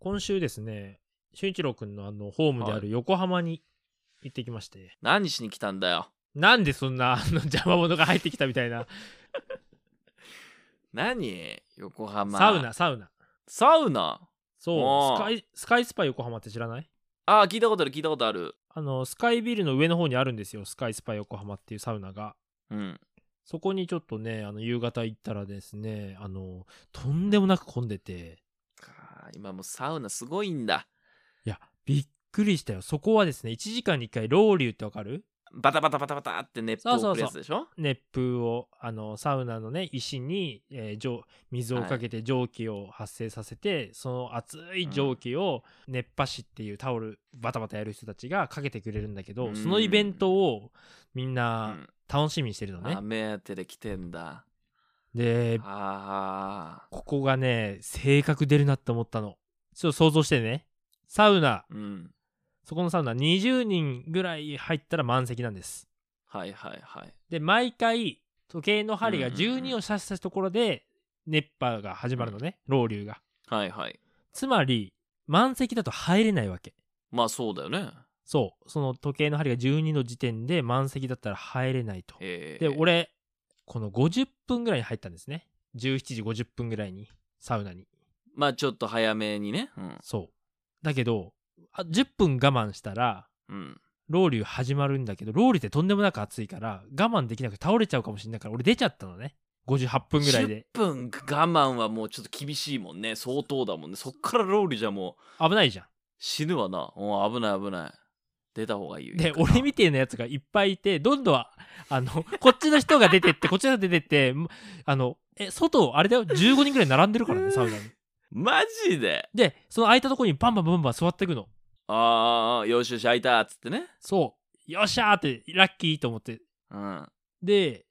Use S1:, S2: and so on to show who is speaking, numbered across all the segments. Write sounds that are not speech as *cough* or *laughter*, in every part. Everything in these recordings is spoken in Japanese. S1: 今週ですね、俊一郎くんのあの、ホームである横浜に行ってきまして、
S2: 何しに来たんだよ。
S1: なんでそんな、あの、 *laughs* 邪魔者が入ってきたみたいな、
S2: 何横浜。
S1: サウナ、。サウナ。
S2: サウナ
S1: そう、
S2: おー
S1: スカイ、スカイスパ横浜って知らない
S2: ああ、聞いたことある、聞いたことある。
S1: あの、スカイビルの上の方にあるんですよ、スカイスパ横浜っていうサウナが。
S2: うん。
S1: そこにちょっとね、あの、夕方行ったらですね、あの、とんでもなく混んでて、
S2: あー今もうサウナすごいんだ。
S1: いや、びっくりしたよ。そこはですね、1時間に1回、ロウリュってわかる
S2: バタバタバタバタって熱
S1: そう
S2: 風
S1: そ
S2: を
S1: うそう
S2: 送るやつでしょ
S1: 熱風をあのサウナのね石に、えー蒸水をかけて蒸気を発生させて、その熱い蒸気を熱波師っていうタオルバタバタやる人たちがかけてくれるんだけど、
S2: うん
S1: そのイベントをみん
S2: う。
S1: なん楽しみにしてるのね
S2: あ、、目当てで来てんだ。
S1: で
S2: ああ。
S1: ここがね性格出るなって思ったのちょっと想像してねサウナ
S2: うん。
S1: そこのサウナ20人ぐらい入ったら満席なんです
S2: はいはいはい。
S1: で毎回時計の針が
S2: うんうんうん
S1: 12を指したところで熱波が始まるのね、ロウリュが
S2: はいはい。
S1: つまり満席だと入れないわけ
S2: まあそうだよね。
S1: そうその時計の針が12の時点で満席だったら入れないと
S2: え
S1: で、俺この50分ぐらいに入ったんですね17時50分ぐらいにサウナに
S2: まあちょっと早めにね。うん。
S1: そうだけどあ10分我慢したら
S2: うん。
S1: ロウリュ始まるんだけどロウリュってとんでもなく暑いから我慢できなくて倒れちゃうかもしれないから俺出ちゃったのね58分ぐらいで
S2: 10分我慢はもうちょっと厳しいもんね。相当だもんね。そっからローリュじゃもう
S1: 危ないじゃん
S2: 死ぬわな。うん、危ない危ない。出た方がいいよ。
S1: で
S2: 一回な
S1: 俺みてえなやつがいっぱいいてどんどんあ
S2: *laughs*
S1: のこっちの人が出てってこっちの人が出てってむあのえ外あれだよ15人ぐらい並んでるからねサウナに
S2: マジで
S1: でその空いたとこにバンバンバンバン座っていくの
S2: ああ、よしよし、開いたっつってね。
S1: そうよっしゃーってラッキーと思って
S2: うん。
S1: で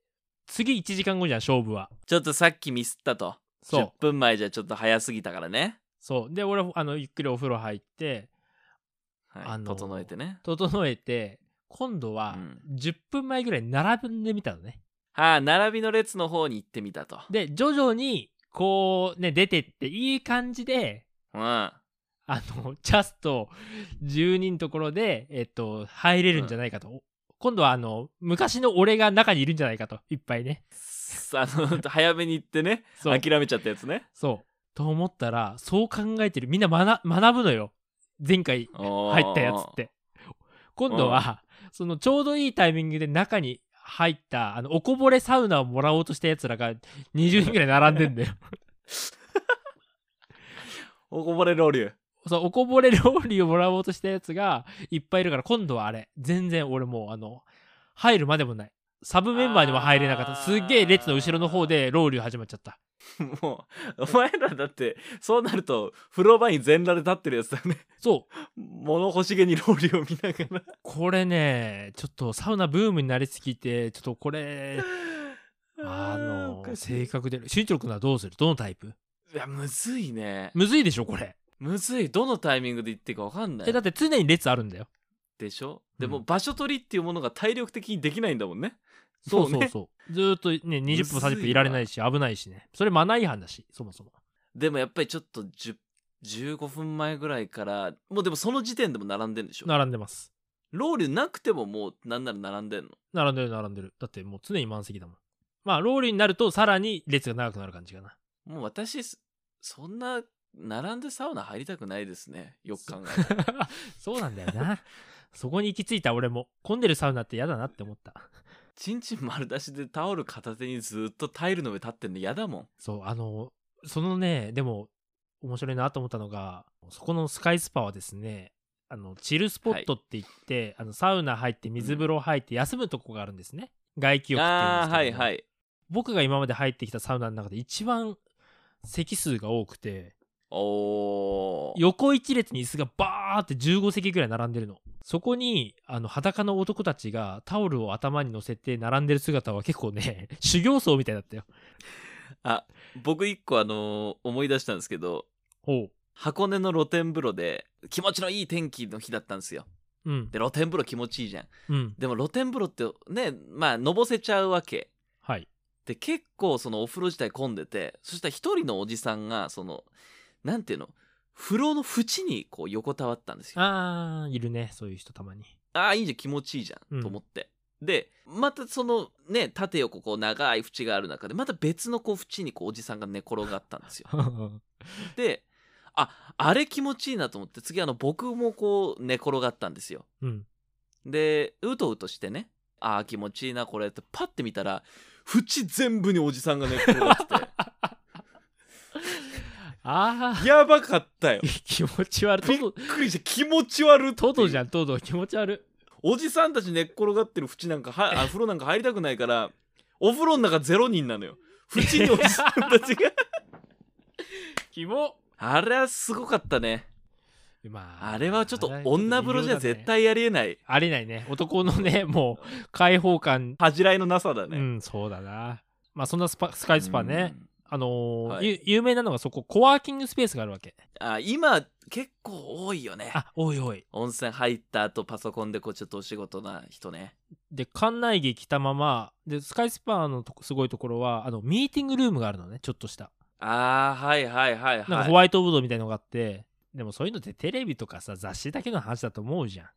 S1: 次1時間後じゃん勝負は
S2: ちょっとさっきミスったと。
S1: そ
S2: 10
S1: う
S2: 分前じゃちょっと早すぎたからね。
S1: そうで俺あのゆっくりお風呂入って
S2: はい、
S1: あのー
S2: 整えてね。
S1: 整えて今度は
S2: う
S1: 10分前ぐらいに並んでみたのね
S2: はい、並びの列の方に行ってみたと。
S1: で徐々にこうね出てっていい感じで
S2: うん。
S1: あの、ジャスト10人のところで、えっと、入れるんじゃないかと。今度は、あの、昔の俺が中にいるんじゃないかと。いっぱいね。
S2: さ *laughs* あの、早めに行ってね。
S1: そう。
S2: 諦めちゃったやつね。
S1: そう。と思ったら、そう考えてる。みんな学学ぶのよ。前回
S2: 入
S1: *laughs* 入ったやつっ。て。今度は、その、ちょうどいいタイミングで中に入った、あの、おこぼれサウナをもらおうとしたやつらが20人ぐらい並んでんだよ。
S2: おこぼれローリュ。
S1: そう、おこぼれ料理をもらおうとしたやつがいっぱいいるから、今度はあれ、全然俺もう、あの、入るまでもない。サブメンバーにも入れなかった。
S2: あー
S1: すっげえ列の後ろの方でロウリュ始まっちゃった。
S2: *laughs* もう、お前らだって、そうなると、風呂場に全裸で立ってるやつだね。 *laughs*
S1: そう。
S2: 物欲しげにローリュを見ながら。
S1: これね、ちょっとサウナブームになりすぎて、ちょっとこれ、 *laughs* あ
S2: ーお
S1: の
S2: か、しい
S1: 性格で、しんちろくんはどうするどのタイプ
S2: いやむずいね
S1: むずいでしょ、これ。
S2: むずいどのタイミングで行っていいか分かんない
S1: え、だって常に列あるんだよ。
S2: でしょ
S1: うん
S2: でも場所取りっていうものが体力的にできないんだもんね
S1: そう
S2: も
S1: そう
S2: ね
S1: そう。ずーっとね、20分、30分いられないし、危ないしね。それマナー違反だし、そもそも。
S2: でもやっぱりちょっと10 15分前ぐらいからもうでもその時点でも並んでんでしょ
S1: 並んでます。
S2: ローリュなくてももうなんなら並んでんの
S1: 並んでる並んでるだってもう常に満席だもんまあローリーになるとさらに列が長くなる感じか
S2: *laughs*
S1: な
S2: もう私そそんな並んでサウナ入りたくないですねよく考えたら
S1: そう *laughs* なんだよなそこに行き着いた俺も混んでるサウナって嫌だなって思った
S2: ちんちん丸出しでタオル片手にずっとタイルの上立ってんの嫌だもん
S1: そうあのそのねでも面白いなと思ったのがそこのスカイスパはですねあのチルスポットって言って、あのサウナ入って水風呂入って休むとこがあるんですね、外気浴っていうんで
S2: あ
S1: す
S2: あ
S1: けども、
S2: はいはい
S1: 僕が今まで入ってきたサウナの中で一番席数が多くて
S2: おー
S1: 横一列に椅子がバーって15席ぐらい並んでるのそこにあの裸の男たちがタオルを頭に乗せて並んでる姿は結構ね *laughs* 修行僧みたいだったよ
S2: あ僕一個あのー思い出したんですけど
S1: ほ
S2: 箱根の露天風呂で気持ちのいい天気の日だったんですよ
S1: ううん
S2: で露天風呂気持ちいいじゃん
S1: うん
S2: でも露天風呂ってねまあのぼせちゃうわけ
S1: はい
S2: で結構そのお風呂自体混んでてそしたら一人のおじさんがそのなんていうの風呂の縁にこう横たわったんですよ。
S1: あー、いるね、そういう人たま
S2: *laughs*
S1: に。
S2: ああいいじゃん気持ちいいじゃ
S1: うん
S2: んと思って、でまたそのね縦横こう長い縁がある中でまた別のこう縁にこうおじさんが寝転がったんですよでああれ気持ちいいなと思って次あの僕もこう寝転がったんですよ
S1: うん。
S2: でうとうとしてねああ気持ちいいなこれってパッて見たら縁全部におじさんが寝転がって
S1: あ
S2: てやばかったよ
S1: ー、 *laughs* 気持ち悪
S2: び
S1: い。
S2: っ
S1: トド、
S2: くりして気持ち悪っていう
S1: トドじゃん、トド、気持ち悪
S2: おじさんたち寝っ転がってる縁なんかはあ風呂なんか入りたくないからお風呂の中ゼロ人なのよ縁におじさんたち
S1: *laughs*
S2: が
S1: い。キモ
S2: あれはすごかったね
S1: まあ、
S2: あれはちょっと
S1: あれは
S2: 女風呂じゃ絶対やりえない
S1: ありえないね。男のね、もう、開放感。
S2: 恥じらいのなさだ
S1: う
S2: ね、
S1: ん、そうだな。まあ、そんなスパスカイスパね、あのー
S2: はい
S1: ゆ有名なのがそこ、コワーキングスペースがあるわけ。
S2: うんあ今結構多いよね
S1: あ、おいおい。
S2: 温泉入った後パソコンでこうちょっとお仕事な人ね
S1: で、館内着着たまま、で、スカイスパーのとこすごいところは、あの、ミーティングルームがあるのね、ちょっとした。
S2: あーはいはいはい
S1: なんか
S2: はい
S1: ホワイトボードみたいのがあって、でもそういうのってテレビとかさ、雑誌だけの話だと思うじゃん。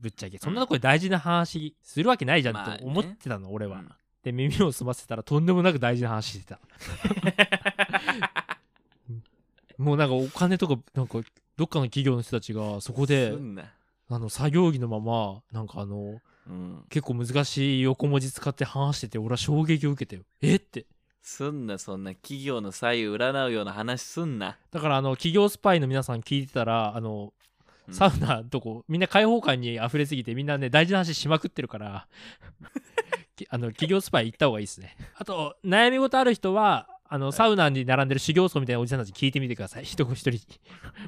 S1: ぶっちゃけ。そんなとこで大事な話するわけないじゃん
S2: まあね
S1: と思ってたの、俺
S2: う
S1: は、
S2: ん、
S1: で、耳を澄ませたらとんでもなく大事な話して *laughs* た。もうなんかお金とか、なんか、どっかの企業の人たちが、そこです
S2: んな
S1: あの、作業着のまま、なんかあの、
S2: うん
S1: 結構難しい横文字使って話してて、俺は衝撃を受けてよ。えって。
S2: すんなそんな企業の左右占うような話すんな、
S1: だからあの企業スパイの皆さん聞いてたらあの
S2: うん
S1: サウナのとこ、みんな開放感に溢れすぎてみんなね大事な話しまくってるから *laughs* きあの企業スパイ行った方がいいですねあと悩み事ある人はあのサウナに並んでる修行僧みたいなおじさんたち聞いてみてください一人一人に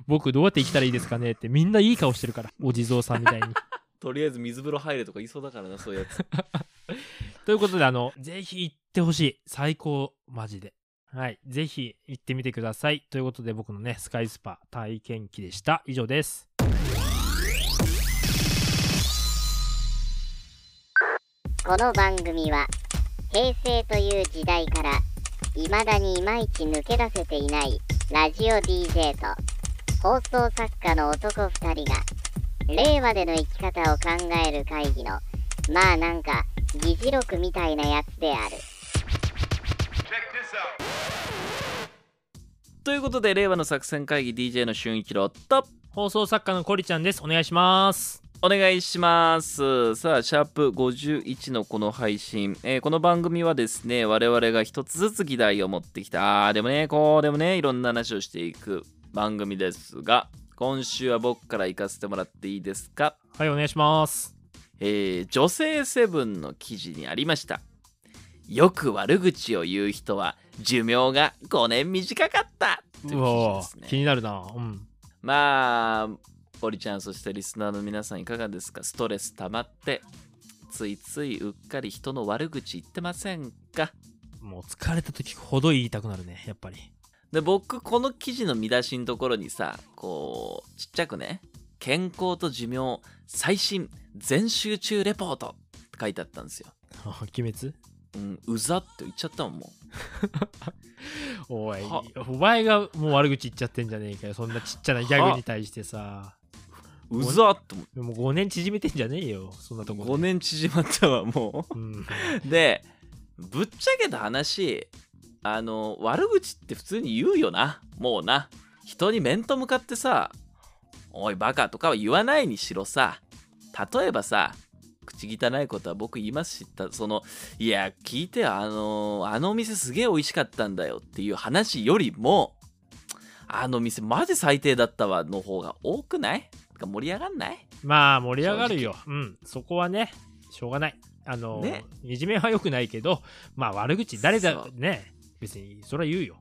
S1: 僕どうやって生きたらいいですかねってみんないい顔してるからお地蔵さんみたいに
S2: とりあえず水風呂入れとか言いそうだからなそういうやつ *laughs*
S1: ということであのぜひ行ってほしい最高マジではいぜひ行ってみてくださいということで僕のねスカイスパ体験記でした以上です
S3: この番組は平成という時代から未だにいまいち抜け出せていないラジオ DJ と放送作家の男2人が令和での生き方を考える会議のまあなんか議事録みたいなやつである。
S2: ということで令和の作戦会議 DJ の俊一郎と
S1: 放送作家のコリちゃんです。お願いします。
S2: お願いしますさあシャープ51のこの配信、えーこの番組はですね我々が一つずつ議題を持ってきたあーでもねこうでもねいろんな話をしていく番組ですが今週は僕から行かせてもらっていいですか
S1: はい、お願いします。
S2: えー女性セブンの記事にありましたよく悪口を言う人は寿命が5年短かったという
S1: うわー
S2: 記事です
S1: 気
S2: ね
S1: になるな。うん。
S2: まあポリちゃんそしてリスナーの皆さんいかがですかストレス溜まってついついうっかり人の悪口言ってませんか
S1: もう疲れた時ほど言いたくなるね、やっぱり。 *laughs*
S2: で僕この記事の見出しのところにさこうちっちゃくね「健康と寿命最新全集中レポート」って書いてあったんですよ
S1: あ鬼滅
S2: うん、うざって言っちゃったもんも
S1: おい
S2: は、
S1: お前がもう悪口言っちゃってんじゃねえかよ。そんなちっちゃなギャグに対してさ。
S2: ううざって思って
S1: もう5年縮めてんじゃねえよ、そんなとこ。
S2: 5。年縮まったわも
S1: うん。
S2: う *laughs* でぶっちゃけた話あの悪口って普通に言うよなもうな人に面と向かってさ「おいバカ」とかは言わないにしろさ例えばさ口汚いことは僕言いますしたそのいや聞いてよあのあのお店すげえ美味しかったんだよっていう話よりもあの店マジ最低だったわの方が多くないてか盛り上がんない
S1: まあ、盛り上がるよ。うん。そこはね、しょうがない。あの、
S2: ね
S1: いじめは良くないけど、まあ悪口、誰だ
S2: そう、
S1: ね。別に、それは言うよ。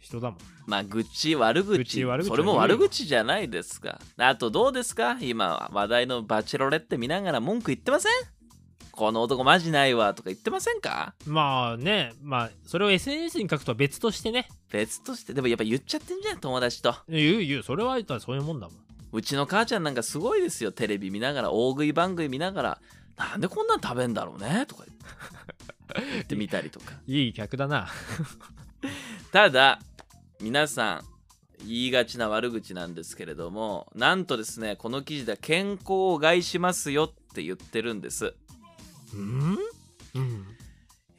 S1: 人だもん。
S2: まあ愚痴悪口
S1: 愚痴悪口
S2: それも悪口じゃないですかあとどうですか今話題のバチェロレって見ながら文句言ってませんこの男マジないわとか言ってませんか
S1: まあね、まあ、それを SNS に書くとは別としてね、
S2: 別としてでもやっぱ言っちゃってんじゃん友達と
S1: 言う言う、それは言ったらそういうもんだもん。
S2: うちの母ちゃんなんかすごいですよテレビ見ながら大食い番組見ながらなんでこんなん食べんだろうねと
S1: *laughs*
S2: か言って言ってみたりとか
S1: いい客だな。
S2: ただ皆さん言いがちな悪口なんですけれどもなんとですねこの記事では健康を害しますよって言ってるんです、
S1: うんうん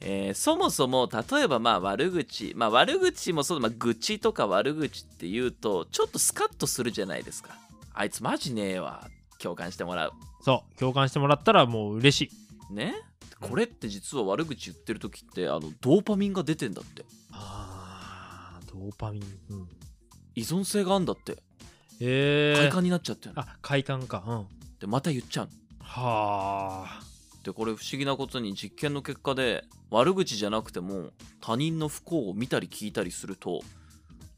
S2: えーそもそも例えばまあ悪口まあ悪口もそうだ、まあ、愚痴とか悪口っていうとちょっとスカッとするじゃないですかあいつマジねえわ共感してもらう
S1: そう共感してもらったらもう嬉しい
S2: ねこれって実は悪口言ってる時ってあのドーパミンが出てんだって
S1: あードーパミン、うん、
S2: 依存性があんだって
S1: えー、
S2: 快感になっちゃってる
S1: あ快感かうん
S2: でまた言っちゃうの
S1: はあ
S2: でこれ不思議なことに実験の結果で悪口じゃなくても他人の不幸を見たり聞いたりすると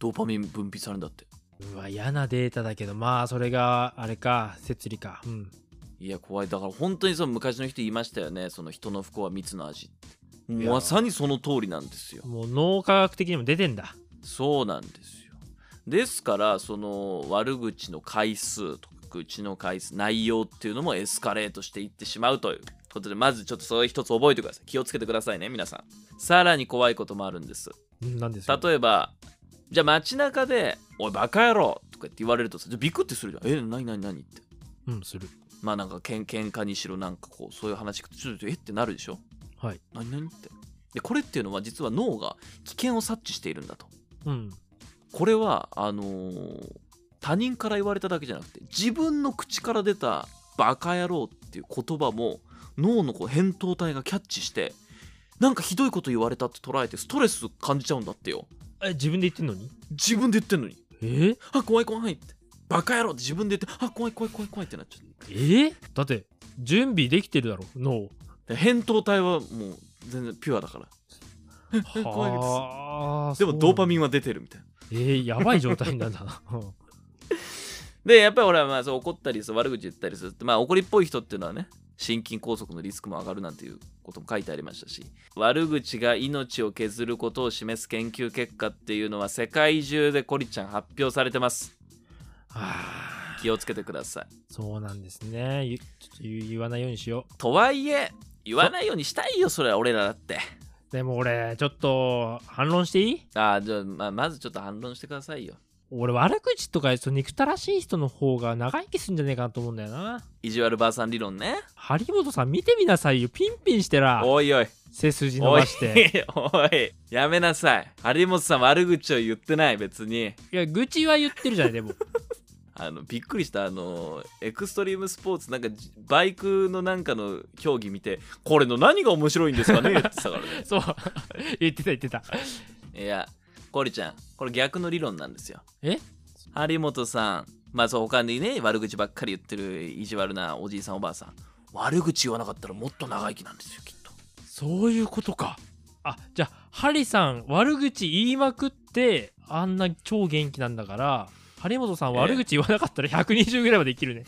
S2: ドーパミン分泌されるんだって
S1: うわ嫌なデータだけどまあそれがあれか摂理かうん
S2: いや怖いだから本当にその昔の人言いましたよねその人の不幸は蜜の味って
S1: いや
S2: まさにその通りなんですよ
S1: もう脳科学的にも出てんだ
S2: そうなんですよですからその悪口の回数とか愚痴の回数内容っていうのもエスカレートしていってしまうということでまずちょっとそれ一つ覚えてください気をつけてくださいね皆さんさらに怖いこともあるんです
S1: うんなんですか
S2: 例えばじゃあ街中で「おいバカ野郎!」とかって言われるとさじゃあビクってするじゃん「え何何何?」って
S1: うんする
S2: まあなんかけん喧嘩にしろなんかこうそういう話聞くとちょっと「えっ?」てなるでしょ
S1: はい
S2: 何何ってでこれっていうのは実は脳が危険を察知しているんだと
S1: うん
S2: これはあのー他人から言われただけじゃなくて自分の口から出た「バカ野郎」っていう言葉も脳のこう扁桃体がキャッチしてなんかひどいこと言われたって捉えてストレス感じちゃうんだってよ
S1: え自分で言ってんのに
S2: 自分で言ってんのに
S1: えー、
S2: あ怖い怖いってバカ野郎って自分で言ってあ怖い怖い怖い怖いってなっちゃう
S1: えーだって準備できてるだろ
S2: *laughs*
S1: 脳
S2: で扁桃体はもう全然ピュアだから怖いです
S1: はあ
S2: でもドーパミ
S1: ン
S2: ンは出てるみたいな
S1: えー、やばい状態なんだな *laughs* うん
S2: でやっぱり俺はまあそう怒ったりそう悪口言ったりするってまあ怒りっぽい人っていうのはね心筋梗塞のリスクも上がるなんていうことも書いてありましたし悪口が命を削ることを示す研究結果っていうのは世界中でコリちゃん発表されてます
S1: あー
S2: 気をつけてください
S1: そうなんですねゆちょっと言言わないようにしよ
S2: とはいえ言わないようにしたいよそれは俺らだって
S1: うでも俺ちょっと反論していい
S2: ああじゃあまあまずちょっと反論してくださいよ
S1: 俺悪口とかその憎たらしい人の方が長生きするんじゃねえかなと思うんだよな
S2: 意地悪ばあさん理論ね
S1: 張本さん見てみなさいよピンピンしてら
S2: おいおい
S1: 背筋伸ばして
S2: おい *laughs* おいやめなさい有本さん悪口を言ってない別に
S1: いや愚痴は言ってるじゃないで
S2: *laughs*
S1: も
S2: あのびっくりしたあのエクストリームスポーツなんかじバイクのなんかの競技見てこれの何が面白いんですかね
S1: *laughs*
S2: って言ってたからね
S1: そう
S2: *laughs*
S1: 言ってた言ってた
S2: いやコリちゃんこれ逆の理論なんですよ
S1: え
S2: 有本さんまあそう他にね悪口ばっかり言ってる意地悪なおじいさんおばあさん悪口言わなかったらもっと長生きなんですよきっと
S1: そういうことかあじゃあハリさん悪口言いまくってあんな超元気なんだから張本さん
S2: ええ
S1: 悪口言わなかったら120ぐらいまで生きるね、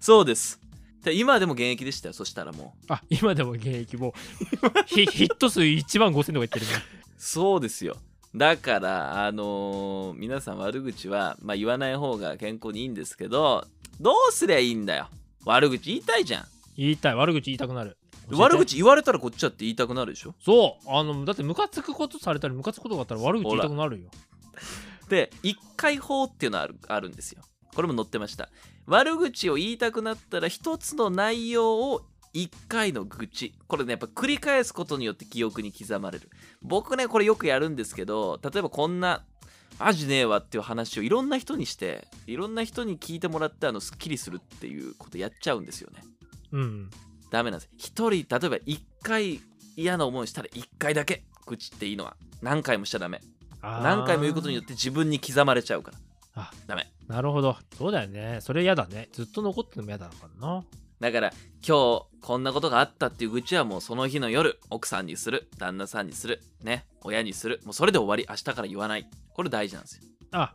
S2: そうですで今でも現役でしたよそしたらもう
S1: あ今でも現役もう *laughs* ヒヒット数1万5000とか言ってるね
S2: そうですよ。だから、あのー皆さん悪口は、まあ、言わない方が健康にいいんですけど、どうすりゃいいんだよ。悪口言いたいじゃん。
S1: 言いたい悪口言いたくなる教えて
S2: 悪口言われたらこっちだって言いたくなるでしょ。
S1: そうあのだってムカつくことされたりムカつくことがあったら悪口言いたくなるよ
S2: で、一回法っていうのはあるあるんですよ。これも載ってました。悪口を言いたくなったら、一つの内容を一回の愚痴。これね、やっぱ繰り返すことによって記憶に刻まれる。僕ね、これよくやるんですけど、例えばこんな、マジねえわっていう話をいろんな人にして、いろんな人に聞いてもらって、あの、スッキリするっていうことやっちゃうんですよね。
S1: うん
S2: ダメなんです。一人、例えば一回嫌な思いしたら一回だけ愚痴っていいのは、何回もしちゃダメ。
S1: あー
S2: 何回も言うことによって自分に刻まれちゃうから。
S1: あ
S2: ダメ
S1: なるほどそうだよねそれ嫌だねずっと残ってるのも嫌だからな
S2: だから今日こんなことがあったっていう愚痴はもうその日の夜奥さんにする旦那さんにするね親にするもうそれで終わり明日から言わないこれ大事なんですよ
S1: あ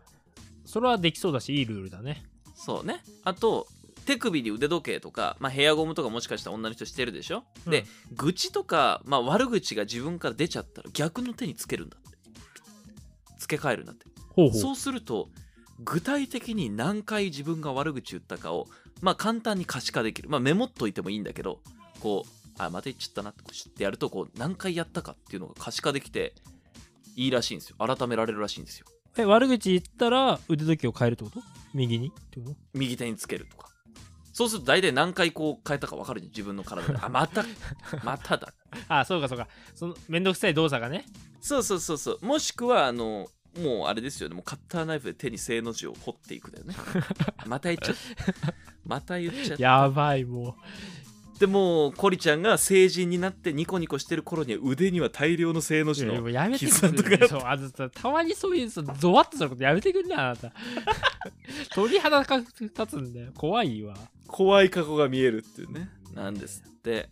S1: それはできそうだしいいルールだね
S2: そうねあと手首に腕時計とか、まあ、ヘアゴムとかもしかしたら女の人してるでしょ、
S1: うん
S2: で愚痴とか、まあ、悪口が自分から出ちゃったら逆の手につけるんだって付け替えるんだって
S1: ほうほう
S2: そうすると具体的に何回自分が悪口言ったかをまあ簡単に可視化できるまあメモっといてもいいんだけどこうあまた言っちゃったなってこう知ってやるとこう何回やったかっていうのが可視化できていいらしいんですよ改められるらしいんですよ
S1: え悪口言ったら腕時計を変えるってこと右にってこと
S2: 右手につけるとかそうすると大体何回こう変えたか分かるじゃん自分の体であまたまただ
S1: あそうかそうかそのめんどくさい動作がね
S2: そうそうそうそうもしくはあのもうあれですよねもうカッターナイフで手に正の字を掘っていくだよねまた言っちゃったまた言っちゃった
S1: やばいも
S2: でもうコリちゃんが成人になってニコニコしてる頃には腕には大量の正の
S1: うい
S2: 字
S1: やでも
S2: の
S1: やめてく
S2: 絆と
S1: れ
S2: か
S1: そうあのさたまにそういうさゾワッとすることやめてくんなあな *laughs* た鳥肌が立つんだよ怖いわ
S2: 怖い過去が見えるっていうねなんですって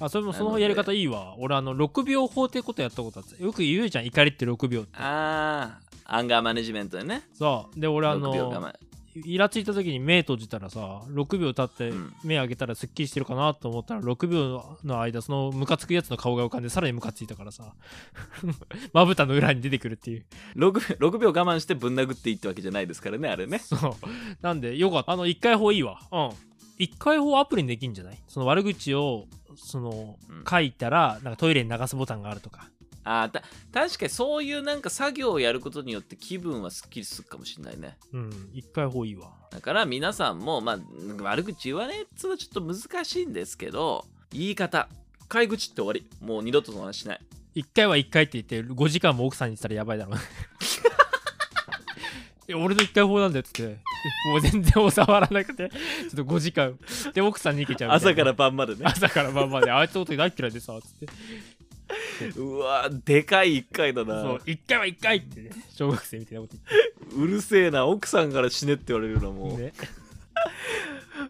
S1: あそれもそ
S2: なの
S1: の
S2: で
S1: やり方いいわ俺あの6秒法ってことやったことあってよく言うじゃん怒りって6秒って
S2: あーアンガーマネジメントでね
S1: そうで俺あ
S2: 6秒我
S1: の
S2: 慢
S1: イラついた時に目閉じたらさ6秒経って
S2: うん
S1: 目開けたらすっきりしてるかなと思ったら6秒の間そのムカつくやつの顔が浮かんでさらにムカついたからさ *laughs* まぶたの裏に出てくるっていう
S2: 6, 6秒我慢してぶん殴っていいってわけじゃないですからねあれね
S1: そうなんでよかったあの1回法いいわうん1回法アプリにできんじゃないその悪口をその
S2: うん
S1: 書いたらなんかトイレに流すボタンがあるとか
S2: あーた確かにそういうなんか作業をやることによって気分はすっきりするかもしれないね
S1: うん1回法いいわ
S2: だから皆さんも、まあ、悪口言わねえっつうのはちょっと難しいんですけど言い方買い口って終わりもう二度とその話しない
S1: 1回は1回って言って5時間も奥さんに言ってたらやばいだ
S2: *laughs*
S1: ろういや俺の1回法なんだよっつってもう全然収まらなくてちょっと5時間で奥さんに行けちゃうみた
S2: 朝
S1: いな
S2: から晩までね
S1: 朝から晩まであいつのこと大嫌いでさつって
S2: うわでかい一回だ
S1: そ
S2: な
S1: う1回は1回ってね小学生みたいなこと
S2: うるせえな奥さんから死ねって言われるなも
S1: 言
S2: う、
S1: ってね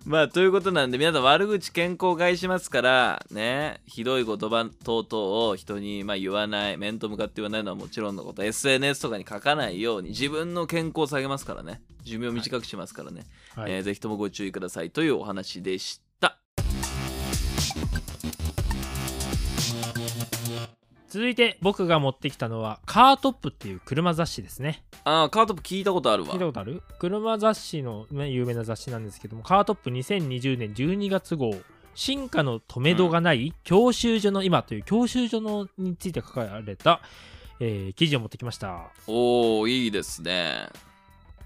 S2: まあということなんで皆さん悪口健康害しますからねひどい言葉等々を人にまあ言わない面と向かって言わないのはもちろんのこと SNS とかに書かないように自分の健康を下げますからね寿命を短くしますからね、
S1: はい、
S2: えーぜひともご注意くださいというお話でした
S1: 続いて僕が持ってきたのはカートップっていう車雑誌ですね
S2: ああカートップ聞いたことあるわ
S1: 聞いたことある車雑誌の、ね、有名な雑誌なんですけどもカートップ2020年12月号進化の止めどがない、教習所の今という教習所のについて書かれた、えー記事を持ってきました
S2: おおいいですね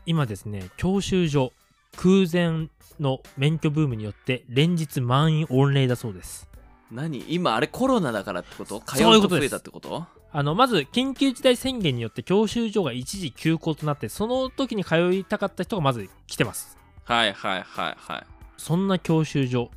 S1: 今ですね教習所空前の免許ブームによって連日満員御礼だそうです
S2: 何今あれコロナだからってこと通
S1: そういう
S2: う
S1: こ
S2: ことと
S1: です
S2: 増えたってこと
S1: あのまず緊急事態宣言によって教習所が一時休校となってその時に通いたかった人がまず来てます
S2: はいはいはいはい
S1: そんな教習所、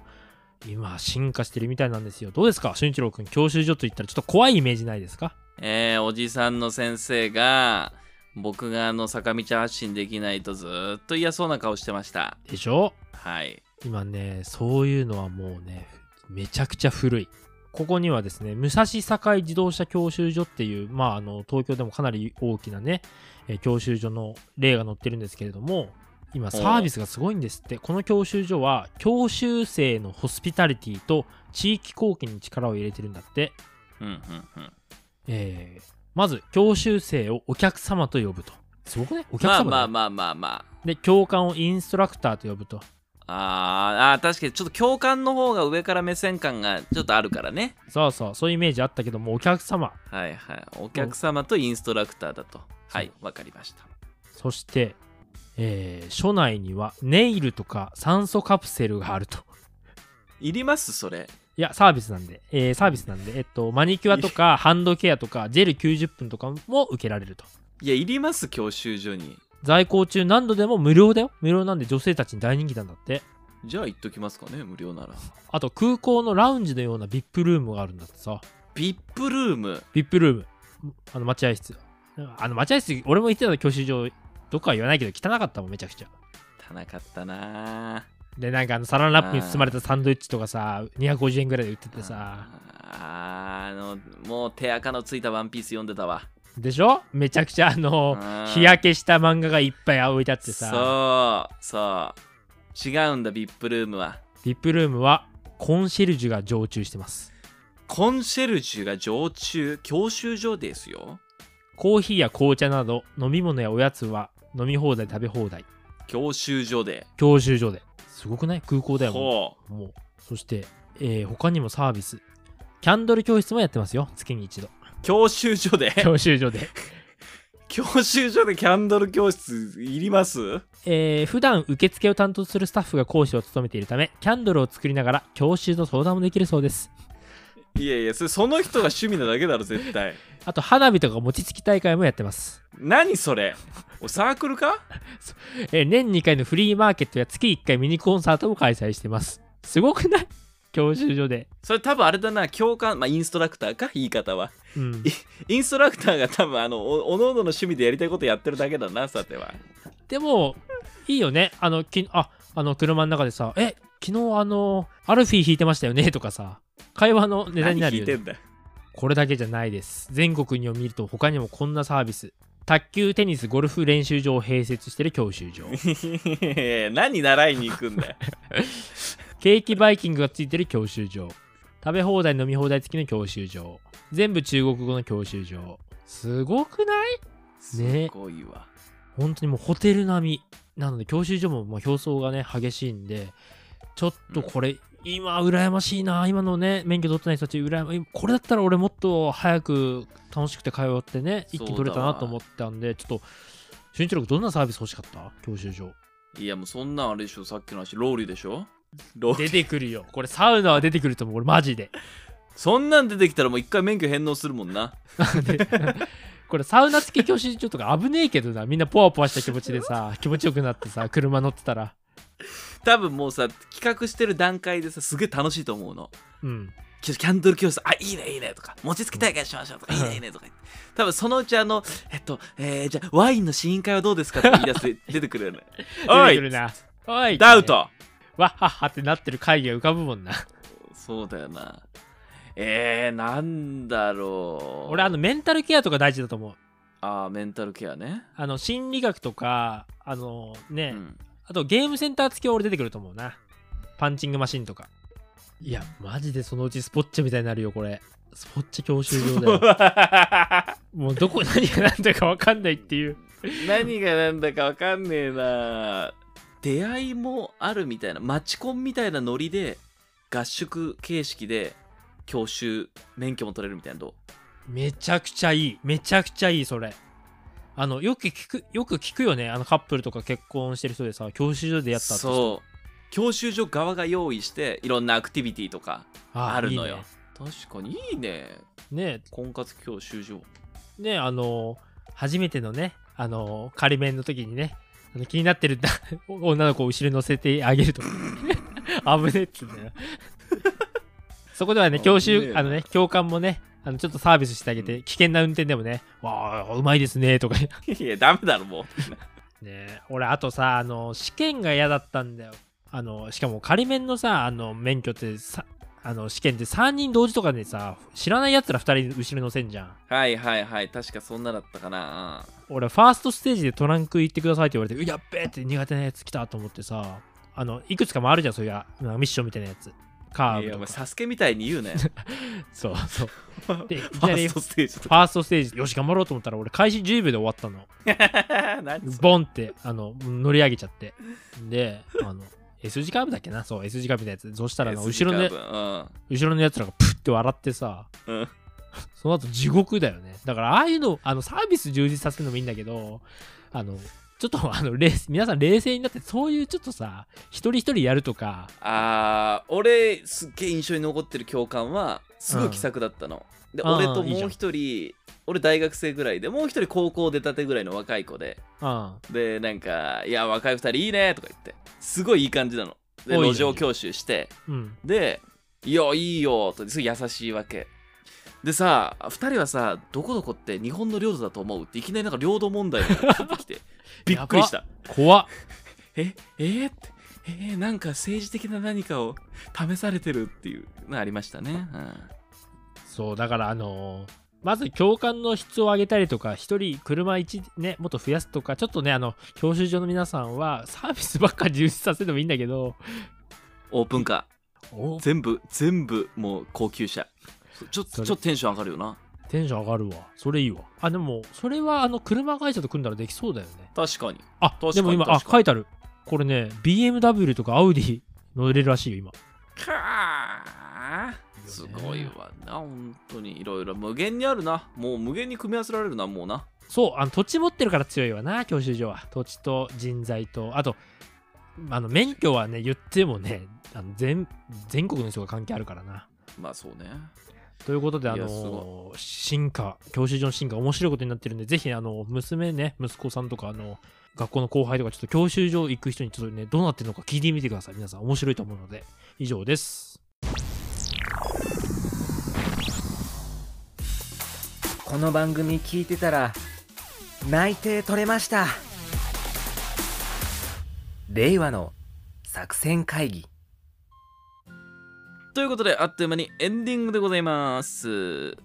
S1: 今進化してるみたいなんですよ。どうですか俊一郎くん、教習所と言ったらちょっと怖いイメージないですか
S2: えー、おじさんの先生が僕があの坂道発進できないとずーっと嫌そうな顔してました
S1: でしょ
S2: はい
S1: 今ね、そういうのはもうね、めちゃくちゃ古い。ここにはですね、武蔵境自動車教習所っていう、まあ、あの、東京でもかなり大きなね、えー教習所の例が載ってるんですけれども、今サービスがすごいんですって。この教習所は、教習生のホスピタリティと地域貢献に力を入れてるんだって。
S2: うんうんうん
S1: えーまず教習生をお客様と呼ぶとすごくねお客
S2: ま
S1: 様だ
S2: あ
S1: ね
S2: まあまあまあまあ
S1: で教官をインストラクターと呼ぶと
S2: あーあー確かにちょっと共感の方が上から目線感がちょっとあるからね
S1: そうそうそういうイメージあったけどもお客様
S2: はいはいお客様とインストラクターだとはいわかりました
S1: そして、えー署内にはネイルとか酸素カプセルがあると
S2: いりますそれ
S1: いやサービスなんで、えーサービスなんで、えっと、マニキュアとかハンドケアとかジェル90分とかも受けられると
S2: いやいります教習所に
S1: 在校中何度でも無料だよ無料なんで女性たちに大人気なんだって
S2: じゃあ言っときますかね無料なら
S1: あと空港のラウンジのような VIP ルームがあるんだってさ
S2: VIP ルーム
S1: ビップルーム。あの、待合室。あの、待合室、俺も行ってた教習所、どこは言わないけど、汚かったもん、めちゃくちゃ。
S2: 汚かったなあ
S1: で、なんかあの、サランラップに包まれたサンドイッチとかさ、250円ぐらいで売っててさ、
S2: あーあのもう手垢のついたワンピース読んでたわ
S1: でしょめちゃくちゃあの、
S2: うん
S1: 日焼けした漫画がいっぱい置いてあってさ、
S2: そうそう違うんだ VIP ルームは
S1: ビップルームは、コンシェルジュが常駐してます。
S2: コンシェルジュが常駐教習所ですよ
S1: コーヒーや紅茶など、飲み物やおやつは、飲み放題、食べ放題。
S2: 教習所で
S1: 教習所で。すごくない空港だよ、もう
S2: ほ
S1: もうそして、えー他にもサービスキャンドル教室もやってますよ月に一度
S2: う教習所で
S1: 教習所で
S2: *laughs* 教習所でキャンドル教室いります
S1: *laughs* えー普段受付を担当するスタッフが講師を務めているためキャンドルを作りながら教習の相談もできるそうです
S2: いやいやそれその人が趣味なだけだろ絶対
S1: あと花火とか餅つき大会もやってます、
S2: 何それおサークルか
S1: えー年2回のフリーマーケットや月1回ミニコンサートも開催してますすごくない教習所で、
S2: それ多分あれだな教官まあインストラクターか言い方は
S1: うん、
S2: インストラクターが多分あのおおのおのの趣味でやりたいことやってるだけだなさては
S1: でもいいよねあのきああの車の中でさ「え昨日あのアルフィー弾いてましたよね」とかさ会話の値段になる
S2: 何聞
S1: よ
S2: い
S1: ね
S2: てんだ
S1: これだけじゃないです全国にを見ると他にもこんなサービス卓球テニスゴルフ練習場を併設してる教習
S2: *laughs*
S1: 所
S2: 何習いに行く
S1: *laughs*
S2: んだよ
S1: ケーキバイキングがついてる教習所食べ放題飲み放題付きの教習所全部中国語の教習所すごくないね
S2: すごいわ
S1: 本当にもうホテル並みなので教習所ももう表層がね激しいんでちょっとこれ、今羨ましいな今のね免許取ってない人たち羨まこれだったら俺もっと早く楽しくて通ってね一気に取れたなと思ったんでちょっと俊一郎君どんなサービス欲しかった教習所
S2: いやもうそんなんあれでしょさっきの話ローリーでしょローリー
S1: 出てくるよこれサウナは出てくると思う俺マジで
S2: そんなん出てきたらもう一回免許返納するもんな
S1: でこれサウナ付き教習所とか危ねえけどなみんなポワポワした気持ちで *laughs* さ気持ちよくなってさ車乗ってたら
S2: 多分もうさ企画してる段階でさすげえ楽しいと思うの
S1: うん
S2: キャンドル教室あいいねいいねとか餅つき大会しましょうとか、
S1: うん
S2: いいねいいねとか言って多分そのうちあのえっとえー、じゃあワインの試飲会はどうですかって言い出す出てくるよね
S1: *laughs*
S2: お
S1: 出てくる
S2: い
S1: なおい
S2: ダウト
S1: わっはっはってなってる会議が浮かぶもんな。
S2: そうだよなえー、なんだろう
S1: 俺、あの、メンタルケアとか大事だと思う。
S2: あーメンタルケアね
S1: あの、心理学とか、あの、ね、
S2: うん
S1: あとゲームセンター付きは俺出てくると思うな。パンチングマシンとか。いや、マジでそのうちスポッチャみたいになるよ、これ。スポッチャ教習所 *laughs* だよ。もうどこ何が何だか分かんないっていう。
S2: 何がなんだかわかんねえな出会いもあるみたいなマチコンみたいなノリで合宿形式で教習免許も取れるみたいなどう
S1: めちゃくちゃいい。めちゃくちゃいい、それ。あの、よく聞く、よく聞くよね。あのカップルとか結婚してる人でさ、教習所でやったって人
S2: そう教習所側が用意していろんなアクティビティとか
S1: あ
S2: あるのよ
S1: いいね
S2: 確かにいいね
S1: ね
S2: 婚活教習所 *laughs*
S1: ねあの初めてのねあの仮面の時にねあの気になってる *laughs* 女の子を後ろに乗せてあげると *laughs* か危ねえっつうん
S2: *laughs*
S1: だよそこではね教
S2: 危ね
S1: 習
S2: えな
S1: あのね教官もねあのちょっとサービスしてあげて、危険な運転でもね「わあうまいですね」とか *laughs* ね
S2: いやダメだろも
S1: え俺あとさあの試験が嫌だったんだよあのしかも仮面のさあの免許ってさあの試験って3人同時とかでさ知らないやつら2人後ろに乗せんじゃん
S2: うはいはいはい確かそんなだったかな
S1: 俺ファーストステージでトランク行ってくださいって言われてうやっべーって苦手なやつ来たと思ってさあのいくつかもあるじゃんそういうあミッションみたいなやつカー
S2: いやお
S1: ブと
S2: 前
S1: か
S2: サスケみたいに言う
S1: *laughs*
S2: ね
S1: そうそう
S2: *laughs*
S1: でい
S2: フ
S1: き
S2: ァ
S1: な
S2: ー
S1: り
S2: ス
S1: フ
S2: トステージとか
S1: ァーストステージよし頑張ろうと思ったら俺開始10秒で終わったの *laughs*
S2: 何それ
S1: ボンってあの乗り上げちゃってであの S 字カーブだっけなそう S 字カーブみたいなやつそしたらあの
S2: S 字
S1: 後ろのや
S2: カー
S1: 後ろのやつらがプッて笑ってさ
S2: ブうんうん
S1: その後地獄だよね。だからああいうの、あのサービス充実させるのもいいんだけど、あの、ちょっとあの冷静皆さん冷静になってそういうちょっとさ一人一人やるとか
S2: あー俺すっげえ印象に残ってる教官はすごい気さくだったの、で
S1: あー
S2: 俺と
S1: いいじ
S2: も
S1: ゃん
S2: う一人俺大学生ぐらいでもう一人高校出たてぐらいの若い子で
S1: うん
S2: でなんか「いや若い二人いいね」とか言ってすごいいい感じなので
S1: おいい
S2: 路
S1: いじゃん
S2: 上教習して
S1: うん
S2: で「いやいいよ」とすごい優しいわけでさ二人はさ「どこどこって日本の領土だと思う?」っていきなりなんか領土問題が出て
S1: *laughs*
S2: きてびっくりした
S1: 怖っ
S2: ええーってえーなんか政治的な何かを試されてるっていうのありましたね、うん
S1: そうだからあのーまず教官の質を上げたりとか一人車一ねもっと増やすとかちょっとねあの教習所の皆さんはサービスばっかり充実させてもいいんだけど
S2: オープンカ
S1: お
S2: ー全部全部もう高級車ちょち
S1: そ
S2: ょっ
S1: れ
S2: とテンション上がるよな
S1: テンション上がるわそれいいわあでもそれはあの車会社と組んだらできそうだよね
S2: 確かに
S1: あ
S2: 確かに
S1: でも今あ
S2: 確かに
S1: 書いてあるこれね BMW とかアウディ乗れるらしいよ今
S2: かあすごいわな本当にいろいろ無限にあるなもう無限に組み合わせられるなもうな
S1: そうあの土地持ってるから強いわな教習所は土地と人材とあとあの免許はね言ってもねあの全全国の人が関係あるからな
S2: まあそうね
S1: ということで、
S2: い
S1: あ
S2: や
S1: の進化、教習所の進化、面白いことになってるんで、ぜひ、あの、娘ね、息子さんとか、あの、学校の後輩とか、ちょっと教習所行く人に、ちょっとね、どうなってるのか聞いてみてください。皆さん、面白いと思うので、以上です。
S4: この番組聞いてたら内定取れました令和の作戦会議
S2: ということであっという間にエンディングでございます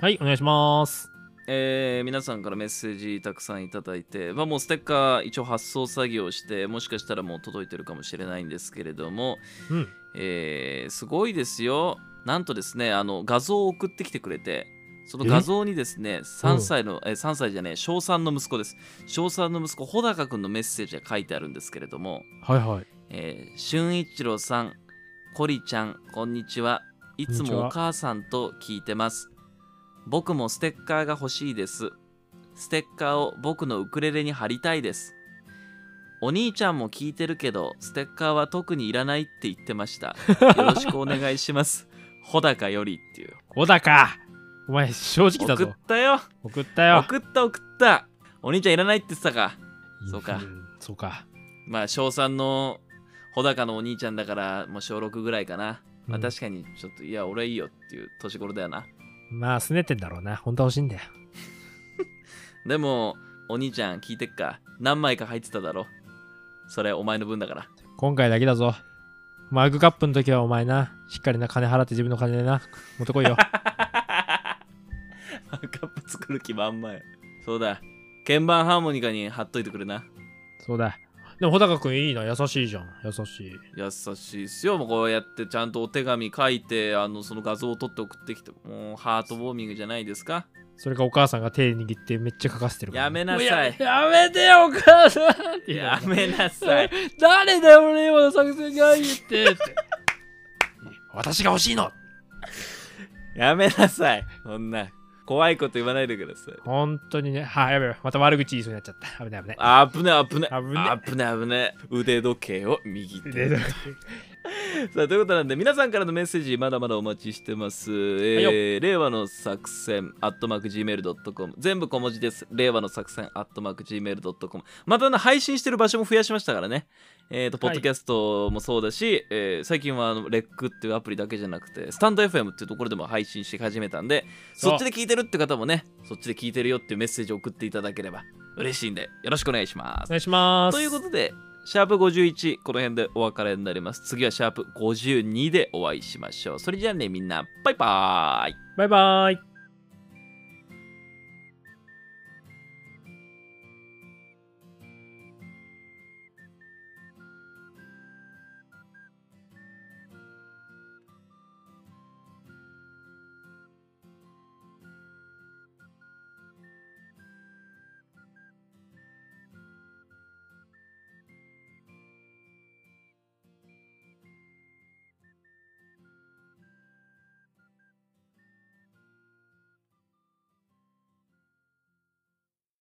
S1: はい、お願いします。
S2: えー皆さんからメッセージたくさんいただいて、まあ、もうステッカー一応発送作業してもしかしたらもう届いてるかもしれないんですけれども、
S1: うん。
S2: えーすごいですよなんとですねあの画像を送ってきてくれてその
S1: え
S2: 画像にですね3歳の、えー3歳じゃねえ小3の息子です小3の息子穂高君のメッセージが書いてあるんですけれども、
S1: はいはい。
S2: えー、俊一郎さん、コリちゃん、こんにちは。い
S1: こん
S2: つ
S1: にちは
S2: もお母さんと聞いてます。僕もステッカーが欲しいです。ステッカーを僕のウクレレに貼りたいです。お兄ちゃんも聞いてるけど、ステッカーは特にいらないって言ってました。よろしくお願いします。 *laughs* 穂高よりっていう。
S1: 小高お前、正直だ
S2: 送っ
S1: ぞ。
S2: たよ。
S1: 送ったよ。
S2: 送った送った。お兄ちゃんいらないって言ってたか。そうか
S1: んそうか。
S2: まあ、小3の穂高のお兄ちゃんだから、もう小6ぐらいかな。まあ
S1: うん
S2: 確かにちょっといや俺いいよっていう年頃だよな
S1: まあ、拗ねてんだろうな。本当は欲しいんだよ。
S2: でもお兄ちゃん聞いてっか何枚か入ってただろそれお前の分だから
S1: 今回だけだぞ。マグカップの時はお前な、しっかりな、金払って自分の金でな、持ってこい
S2: *laughs*
S1: よ。
S2: マグ *laughs* カップ作る気満々やそうだ鍵盤ハーモニカに貼っといてくれな
S1: そうだ。でも、穂高くんいいな、優しいじゃん。優しい。
S2: 優しいっすよもうこうやってちゃんとお手紙書いてあのその画像を撮って送ってきてもうハートウォーミングじゃないですか
S1: それかお母さんが手握ってめっちゃ書かせてるから。
S2: やめ
S1: な
S2: なさい
S1: やめてよ、お母さんって言いなが
S2: や
S1: ら
S2: めなさい
S1: 誰だよ、俺今の作戦会議って。って私が欲しいの
S2: やめなさいそんな怖いこと言わないでください
S1: 本当にね。はい、やべえ。また悪口言いそうになっちゃった。危ない危ない。
S2: あぶねあぶね
S1: 危ね
S2: あぶねあぶね腕時計を右手
S1: でで
S2: *laughs* さあということなんで皆さんからのメッセージまだまだお待ちしてます、えー令和の作戦アットマーク Gmail.com 全部小文字です令和の作戦アットマーク Gmail.com またあの配信してる場所も増やしましたからねえーとポ
S1: は
S2: ッ
S1: い
S2: ドキャストもそうだし、えー最近はあのレックっていうアプリだけじゃなくてスタンド FM っていうところでも配信し始めたんで
S1: そう
S2: そっちで聞いてるって方もねそっちで聞いてるよっていうメッセージを送っていただければ嬉しいんでよろしくお願いします
S1: お願いします。
S2: ということで、シャープ51、この辺でお別れになります。次はシャープ52でお会いしましょう。それじゃあね、みんな、バイバーイ
S1: バイバイ。